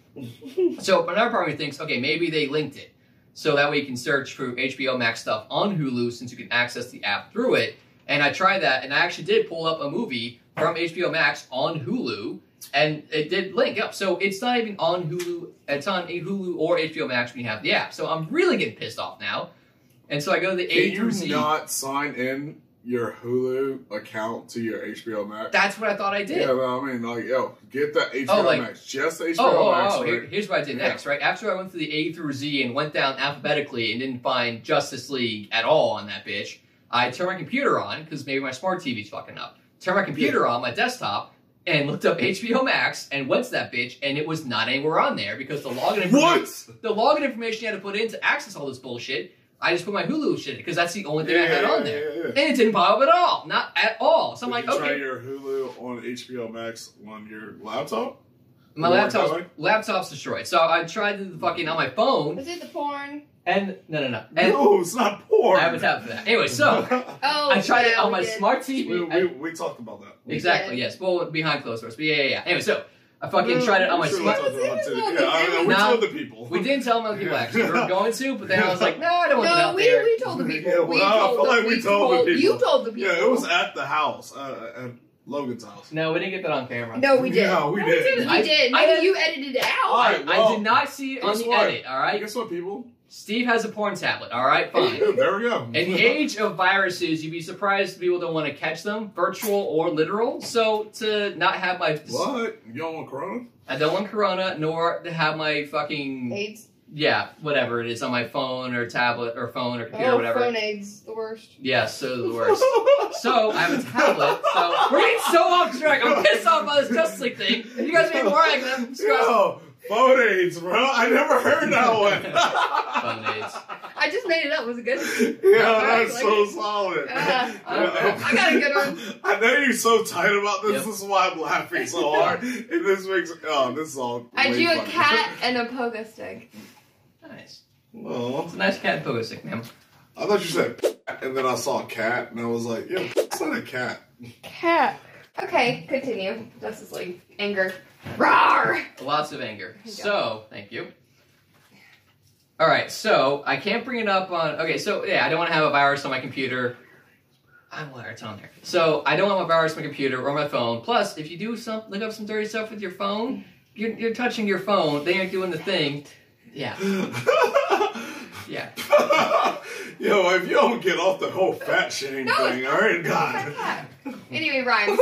S3: So but another part of me thinks, okay, maybe they linked it. So that way you can search for HBO Max stuff on Hulu since you can access the app through it. And I tried that and I actually did pull up a movie from HBO Max on Hulu and it did link up. So it's not even on Hulu, it's on a Hulu or HBO Max when you have the app. So I'm really getting pissed off now. And so I go to the A
S1: Can
S3: through
S1: you
S3: Z.
S1: not sign in your Hulu account to your HBO Max?
S3: That's what I thought I did.
S1: Yeah, no, I mean, like, yo, get that HBO
S3: Oh, like-
S1: Max, just HBO
S3: Oh, oh,
S1: Max.
S3: oh, here-
S1: right?
S3: here's what I did
S1: Yeah.
S3: next, right? After I went through the A through Z and went down alphabetically and didn't find Justice League at all on that bitch, I turned my computer on because maybe my smart TV's fucking up. Turned my computer on, my desktop, and looked up HBO Max and went to that bitch, and it was not anywhere on there because the login information,
S1: What?
S3: the login information you had to put in to access all this bullshit, I just put my Hulu shit because that's the only thing I had on there.
S1: yeah, yeah.
S3: And it didn't pop up at all, not at all. So I'm like,
S1: Did you try
S3: okay,
S1: your Hulu on HBO Max on your laptop?
S3: my
S1: Or
S3: laptop's,
S1: Hulu?
S3: laptop's destroyed. So I tried to fucking on my phone,
S2: Was it the porn?
S3: And no, no, no. And
S1: no, it's not porn.
S3: I have a tab for that. Anyway, so
S2: Oh,
S3: I tried it
S2: yeah,
S3: on
S2: we
S3: my
S2: did.
S3: smart
S1: we,
S3: TV.
S1: we, we talked about that.
S3: I- exactly. Yes. Well, behind closed doors. But yeah, yeah, yeah. Anyway, so I fucking
S1: No,
S3: tried it on
S1: we
S3: my
S1: sure
S3: smart.
S1: talked about it too.
S2: No,
S1: Yeah, I, I- we
S3: no.
S1: told the people.
S3: We didn't tell them people actually. We were going to, but then I was like, no, I don't want that
S2: No,
S3: out
S2: we,
S3: there.
S2: we told the people.
S1: Yeah,
S2: we
S1: well, I
S2: told
S1: feel
S2: the,
S1: like we told the people.
S2: You told the people.
S1: Yeah, it was at the house, uh, at Logan's house.
S3: No, we didn't get that on camera.
S2: No, we did.
S1: Yeah, we
S2: No,
S1: did.
S2: We did.
S3: I- I
S2: Maybe
S3: did-
S2: you edited it out.
S1: All
S3: I,
S1: right, well,
S3: I did not see it on
S1: guess
S3: the
S1: what?
S3: edit. All right.
S1: Guess what, people?
S3: Steve has a porn tablet. All right. Fine.
S1: Yeah, there we go.
S3: In the age of viruses, you'd be surprised people don't want to catch them, virtual or literal. So to not have my,
S1: What? You don't want Corona?
S3: I don't want Corona, nor to have my fucking
S2: AIDS.
S3: yeah, whatever it is on my phone or tablet or phone or computer,
S2: oh,
S3: whatever.
S2: phone AIDS, the worst.
S3: Yeah, so the worst. so I have a tablet. So we're getting so off track. I'm pissed off by this Justice League thing. You guys made more like them.
S1: Yo, phone aids, bro. I never heard that one.
S3: Phone aids.
S2: I just made it up. Was it good?
S1: yeah, that's so solid.
S2: Uh,
S1: Yeah.
S2: I got a good one.
S1: I know you're so tight about this.
S3: Yep.
S1: This is why I'm laughing so hard. and this makes oh, this is all.
S2: I
S1: way
S2: drew a
S1: funny.
S2: cat and a pogo stick.
S3: Nice.
S1: Well,
S3: It's a nice cat pogo stick, ma'am.
S1: I thought you said, and then I saw a cat, and I was like, "Yeah, it's not a cat."
S2: Cat. Okay, continue. Justice League. Anger. Roar.
S3: Lots of anger.
S2: Here you go.
S3: So thank you. All right, so I can't bring it up on. Okay, so yeah, I don't want to have a virus on my computer. I will. It's on there. So I don't want a virus on my computer or my phone. Plus, if you do some look up some dirty stuff with your phone, you're, you're touching your phone. Then you're doing the thing. Yeah, yeah.
S1: Yo, if you don't get off the whole fat shame
S2: No,
S1: thing, all right,
S2: Fat
S1: God.
S2: cat. Anyway, Ryan.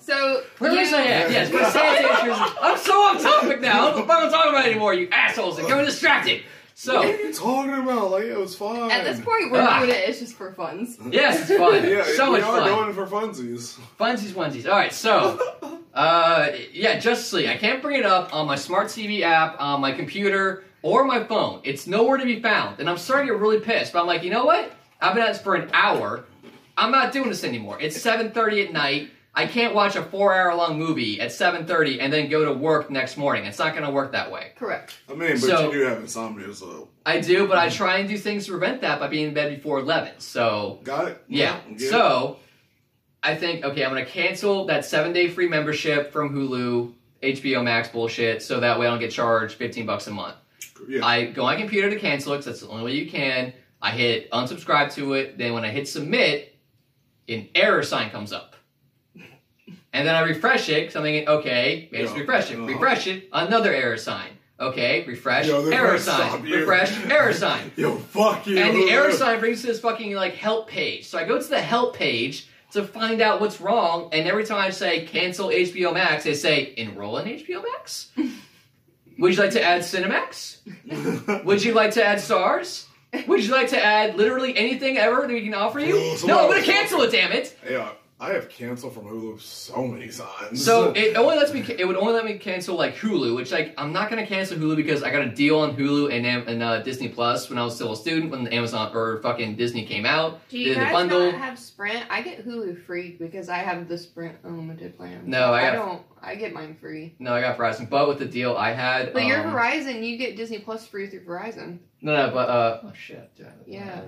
S2: So
S3: Where
S2: you,
S3: was I at? Yes, my sanitation is- I'm so off topic now. I don't know what I'm talking about anymore. You assholes! I'm getting distracted.
S1: what
S3: So
S1: are you talking about? Like it was fun.
S2: At this point, we're
S3: Ah.
S2: doing it. It's just for funds.
S3: yes, it's fun.
S1: yeah,
S3: so
S1: we
S3: much
S1: are
S3: fun.
S1: going for funsies.
S3: Funsies, onesies. All right, so uh, yeah, Justice League. I can't bring it up on my smart TV app, on my computer, or my phone. It's nowhere to be found, and I'm starting to get really pissed. But I'm like, you know what? I've been at this for an hour. I'm not doing this anymore. It's 7:30 at night. I can't watch a four-hour-long movie at 7:30 and then go to work next morning. It's not going to work that way.
S2: Correct.
S1: I mean, but
S3: So-
S1: you do have insomnia, so
S3: I do, but I try and do things to prevent that by being in bed before 11. So
S1: got it.
S3: Yeah.
S1: get it?
S3: So I think okay, I'm gonna cancel that seven day free membership from Hulu, HBO Max bullshit, so that way I don't get charged fifteen bucks a month.
S1: yeah.
S3: I go on my computer to cancel it. 'cause That's the only way you can. I hit unsubscribe to it. Then when I hit submit, an error sign comes up. And then I refresh it because I'm thinking, okay, maybe just
S1: Yeah.
S3: refresh it.
S1: Uh-huh.
S3: Refresh it, another error sign. Okay, refresh,
S1: Yo, they're
S3: error
S1: gonna stop
S3: sign.
S1: you.
S3: Refresh, error sign.
S1: Yo, fuck you.
S3: And the error sign brings to this fucking like help page. So I go to the help page to find out what's wrong, and every time I say cancel HBO Max, they say enroll in HBO Max. Would you like to add Cinemax? Would you like to add stars? Would you like to add literally anything ever that we can offer you?
S1: Rules
S3: No, I'm
S1: world.
S3: gonna cancel it, damn it!
S1: yeah. I have canceled from Hulu so many times.
S3: So it only lets me. It would only let me cancel like Hulu, which like I'm not gonna cancel Hulu because I got a deal on Hulu and Am- and uh, Disney Plus when I was still a student when Amazon or fucking Disney came out.
S2: Do you
S3: did the
S2: guys
S3: bundle.
S2: not have Sprint? I get Hulu free because I have the Sprint unlimited plan.
S3: No, I
S2: I
S3: got-
S2: don't. I get mine free.
S3: No, I got Verizon, but with the deal I had.
S2: But your
S3: um,
S2: Verizon, you get Disney Plus free through Verizon.
S3: No, no, but uh, oh shit. dude.
S2: Yeah.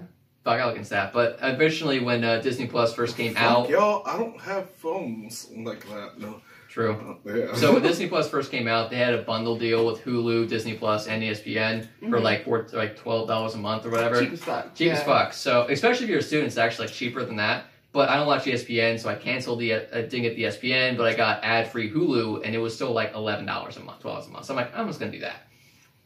S3: Fuck, I look into that. But originally, when uh, Disney Plus first came
S1: Fuck
S3: out,
S1: y'all, I don't have phones like that. No.
S3: true.
S1: Yeah.
S3: So when Disney Plus first came out, they had a bundle deal with Hulu, Disney Plus, and E ESPN for
S2: Mhm.
S3: like four, like twelve dollars a month or whatever.
S2: Cheap as fuck.
S3: Cheap
S2: yeah.
S3: as fuck. So especially if you're a student, it's actually like cheaper than that. But I don't watch E ESPN, so I canceled the. I didn't get the E ESPN, but I got ad free Hulu, and it was still like eleven dollars a month, twelve dollars a month. So I'm like, I'm just gonna do that.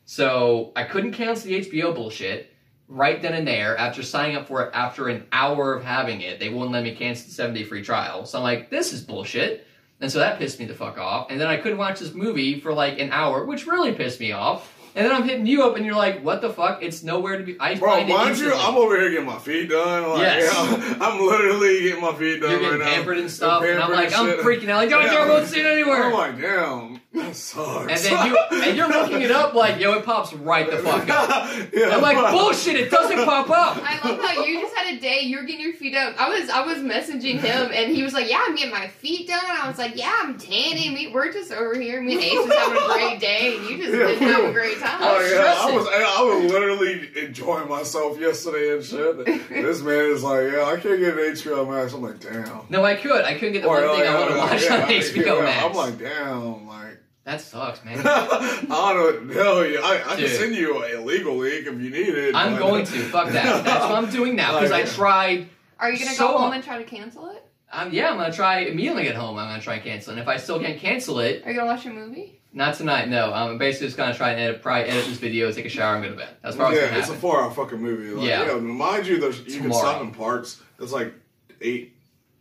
S3: So I couldn't cancel the HBO bullshit right then and there after signing up for it. After an hour of having it, they wouldn't let me cancel the seven day free trial. So I'm like, this is bullshit. And so that pissed me the fuck off. And then I couldn't watch this movie for like an hour, which really pissed me off. And then I'm hitting you up, and you're like, "What the fuck? It's nowhere to be." I
S1: Bro,
S3: find it
S1: mind you,
S3: instantly.
S1: I'm over here getting my feet done. Like,
S3: Yes.
S1: yeah, I'm literally getting my feet done
S3: You're
S1: right
S3: getting
S1: now.
S3: pampered and stuff, and I'm
S1: Pampered
S3: like, I'm
S1: shit.
S3: freaking out. Like, don't, don't, won't see it
S1: I'm
S3: anywhere.
S1: like, damn, that sucks.
S3: And then you and you're looking it up, like, yo, it pops right the fuck up.
S1: yeah,
S3: I'm like,
S1: but-
S3: bullshit, it doesn't pop up.
S2: I love how you just had a day. You're getting your feet up. I was I was messaging him, and he was like, "Yeah, I'm getting my feet done." I was like, "Yeah, I'm tanning. We, we're just over here. Me and Ace is having a great day, and you just
S1: Yeah,
S2: didn't have a
S1: we-
S2: great time."
S1: Oh yeah, I
S3: stressing.
S1: was I was literally enjoying myself yesterday and shit. this man is like, yeah, I can't get an HBO Max. I'm like, damn.
S3: No, I could. I couldn't get the
S1: Or,
S3: one
S1: like,
S3: thing I want to
S1: yeah, oh,
S3: watch
S1: yeah,
S3: on HBO
S1: yeah,
S3: Max.
S1: I'm like, damn, like
S3: that sucks, man.
S1: I don't know. yeah, I, I can
S3: Dude.
S1: send you a legal link if you need it.
S3: I'm
S1: but-
S3: going to fuck that. That's what I'm doing now because I
S1: Like-
S3: tried.
S2: Are you gonna
S3: So-
S2: go home and try to cancel it?
S3: Um, yeah, I'm gonna try immediately at home. I'm gonna try and cancel, and if I still can't cancel it,
S2: Are you gonna watch a movie?
S3: not tonight. No, I'm basically just gonna try and edit, probably edit this video, take a shower, and go to bed. That's probably what's
S1: Yeah,
S3: gonna
S1: it's a
S3: happen.
S1: four-hour fucking movie. Like,
S3: Yeah.
S1: yeah. mind you, there's you can
S3: Tomorrow.
S1: stop in parts. It's like eight.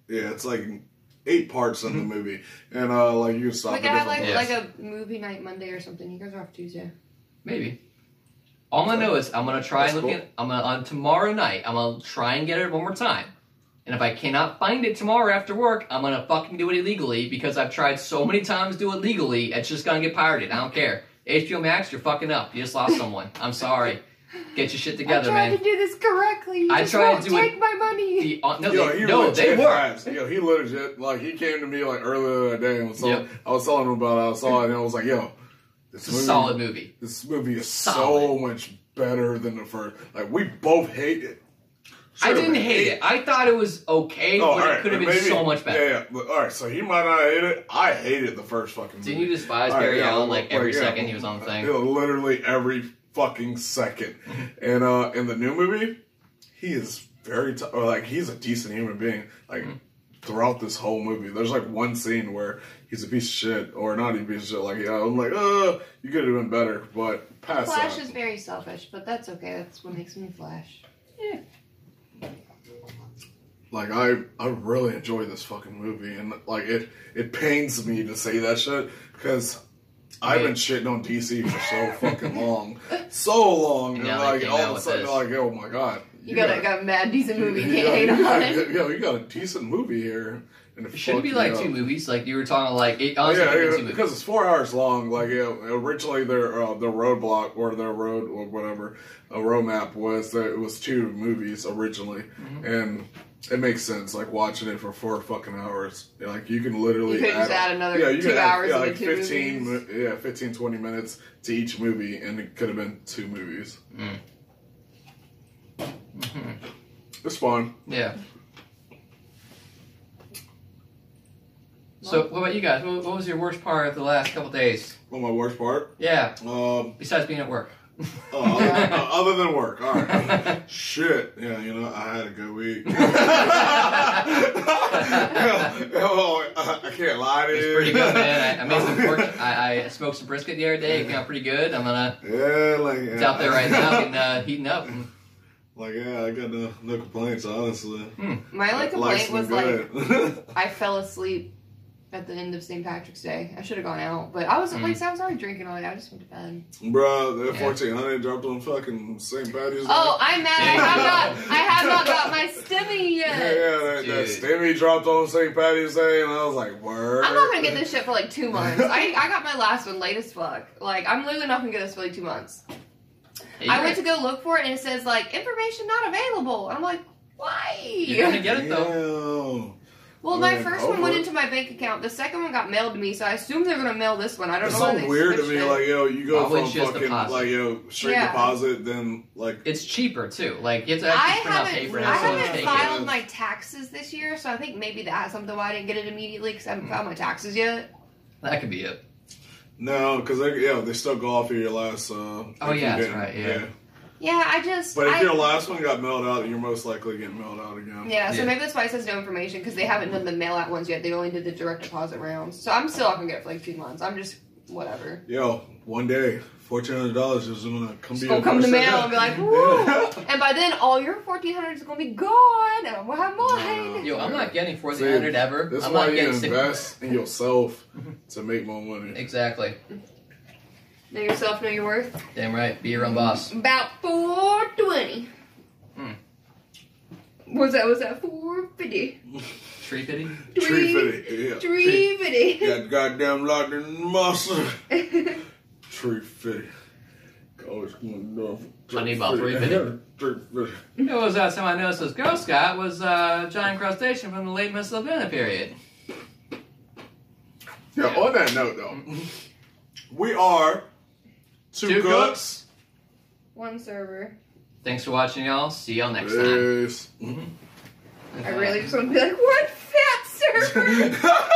S1: Yeah, it's like eight parts in the
S3: Mm-hmm.
S1: movie, and uh, like you can stop.
S2: we
S1: at
S2: could have like
S1: different
S3: Yes.
S2: like a movie night Monday or something. You guys are off Tuesday.
S3: Maybe. All I know is I'm gonna try
S1: That's
S3: looking.
S1: cool.
S3: At, I'm gonna on tomorrow night. I'm gonna try and get it one more time. And if I cannot find it tomorrow after work, I'm gonna fucking do it illegally because I've tried so many times to do it legally. It's just gonna get pirated. I don't care. HBO Max, you're fucking up. You just lost someone. I'm sorry. Get your shit
S2: I
S3: together,
S2: tried
S3: man.
S2: to do this correctly. You
S3: I
S2: just
S3: tried
S2: won't
S3: to do
S2: take my money.
S3: The- uh, no,
S1: Yo,
S3: they,
S1: he
S3: no, they
S1: legit
S3: were.
S1: has. Yo, he legit like he came to me like earlier that day and was
S3: Yep.
S1: telling, I was telling him about it, I saw it and I was like, yo, this
S3: It's a solid movie.
S1: This movie is so
S3: Solid.
S1: much better than the first. Like we both hate it.
S3: I
S1: Should've
S3: didn't hate it. I thought it was okay,
S1: Oh,
S3: but
S1: alright,
S3: it could have been
S1: maybe-
S3: so much better.
S1: Yeah, yeah. But, all right, so he might not hate it. I hated the first fucking movie.
S3: Didn't you despise
S1: All right,
S3: Barry
S1: yeah,
S3: Allen like every
S1: yeah,
S3: second he was on the thing?
S1: yeah, literally every fucking second. and uh in the new movie, he is very t- or like he's a decent human being. Like
S3: Mm-hmm.
S1: throughout this whole movie, there's like one scene where he's a piece of shit or not even a piece of shit. Like yeah, I'm like, uh, you could have been better, but past
S2: Flash
S1: that.
S2: is very selfish, but that's okay. That's what makes me Flash.
S1: like I I really enjoy this fucking movie and like it it pains me to say that shit because I've
S3: Yeah.
S1: been shitting on DC for so fucking long, so long, and,
S3: now they
S1: like
S3: came out
S1: all of a
S3: with
S1: sudden
S3: this.
S1: like oh my god,
S2: You, got, a, got a mad decent movie. You can't hate
S1: you
S2: on
S1: got,
S2: it.
S1: Yo, you got a decent movie here, and
S3: It should be like two movies. Like you were talking, like it honestly
S1: yeah,
S3: could be
S1: yeah,
S3: two movies.
S1: because it's four hours long. Like yeah, originally their uh, their roadblock or their road or whatever a road map was that it was two movies originally,
S3: Mm-hmm.
S1: and it makes sense. Like watching it for four fucking hours, like you can literally
S2: You could just add another
S1: yeah, you
S2: two
S1: could add,
S2: hours
S1: yeah,
S2: of the
S1: like
S2: two
S1: 15,
S2: movies.
S1: mi- yeah, 15, 20 minutes to each movie, and it could have been two movies. Mm-hmm.
S3: Mm. Mhm.
S1: It's fun.
S3: yeah. So what about you guys? What, what was your worst part of the last couple days?
S1: Well, my worst part,
S3: Yeah,
S1: um,
S3: besides being at work.
S1: Uh, other, uh, other than work, all right. Shit, yeah, you know, I had a good week. Yeah, oh, I, I can't lie to
S3: It's
S1: you.
S3: pretty good, man. I, I made some pork. I, I smoked some brisket the other day. It came out pretty good. I'm gonna
S1: Yeah, like yeah.
S3: it's out there right now and uh, heating up. And,
S1: Like yeah, I got no, no complaints, honestly.
S2: My only
S1: Life's
S2: complaint was
S1: been
S2: like
S1: good.
S2: I fell asleep at the end of St. Patrick's Day. I should have gone out, but I wasn't
S3: Mm.
S2: like I was already drinking all day. I just went to bed.
S1: Bruh, that
S3: Yeah.
S1: 1400 dropped on fucking St. Patty's
S2: Oh,
S1: Day.
S2: I'm mad. I have not. I have not got my stimmy
S1: Yeah,
S2: yet.
S1: yeah, that, that
S3: Dude.
S1: stimmy dropped on St. Patty's Day, and I was like, word.
S2: I'm not gonna get this shit for like two months. I, I got my last one late as fuck. Like I'm literally not gonna get this for like two months. I went to go look for it and it says like information not available. And I'm like, why?
S3: You're gonna get it though.
S1: though.
S2: Well, my
S1: Yeah,
S2: first
S1: I'll
S2: one went
S1: look.
S2: into my bank account. The second one got mailed to me, so I assume they're gonna mail this one. I don't
S1: It's
S2: know. why
S1: so
S2: they
S1: weird to
S2: switched
S1: me,
S2: it.
S1: like, yo, you go
S3: Probably
S1: from
S3: it's just
S1: fucking,
S3: deposit.
S1: like, yo, straight
S2: Yeah.
S1: deposit, then, like,
S3: It's cheaper too. Like you have to
S2: I
S3: actually print out
S2: haven't,
S3: paper and
S2: I
S3: have someone
S2: haven't
S3: take it.
S2: filed my taxes this year, so I think maybe that has something why I didn't get it immediately because I haven't
S3: Hmm.
S2: filed my taxes yet.
S3: That could be it.
S1: no, because, yeah, they still go off of your last, uh. Oh,
S3: yeah, that's right, yeah.
S2: Yeah, I just.
S1: But if
S2: I,
S1: your last one got mailed out, you're most likely to get mailed out again.
S2: yeah, so
S3: Yeah.
S2: maybe that's why it says no information because they haven't done the mail out ones yet. They only did the direct deposit rounds. So I'm still not gonna get it for like two months. I'm just whatever.
S1: Yo, one day, fourteen hundred dollars is gonna come to
S2: It's
S1: your
S2: gonna come to
S1: doorstep.
S2: mail and be like, woo! and by then, all your 1400 is gonna be gone, and I'm gonna have mine.
S3: Yo, I'm not getting fourteen hundred ever.
S1: That's
S3: I'm
S1: why
S3: not
S1: you
S3: getting sick.
S1: invest in yourself to make more money.
S3: Exactly.
S2: Know yourself, know your worth.
S3: Damn right. Be your own boss.
S2: About 420.
S3: Hmm.
S2: Was that was that 450?
S3: Tree pity.
S1: Tree
S2: Three,
S1: fitty, yeah.
S2: three fifty.
S1: Got goddamn locked in the muscle. Tree fitty. Always going down.
S3: I need about three fitty.
S1: Tree fitty.
S3: It was uh, someone noticed this Girl Scout was uh, a giant crustacean from the late Mesozoic period.
S1: Yeah,
S3: Yeah.
S1: on that note though, we are two, cooks.
S2: One server.
S3: Thanks for watching, y'all. See y'all next time.
S1: Peace.
S2: I really just want to be like one fat server.
S1: Mhm.
S3: Mm-hmm.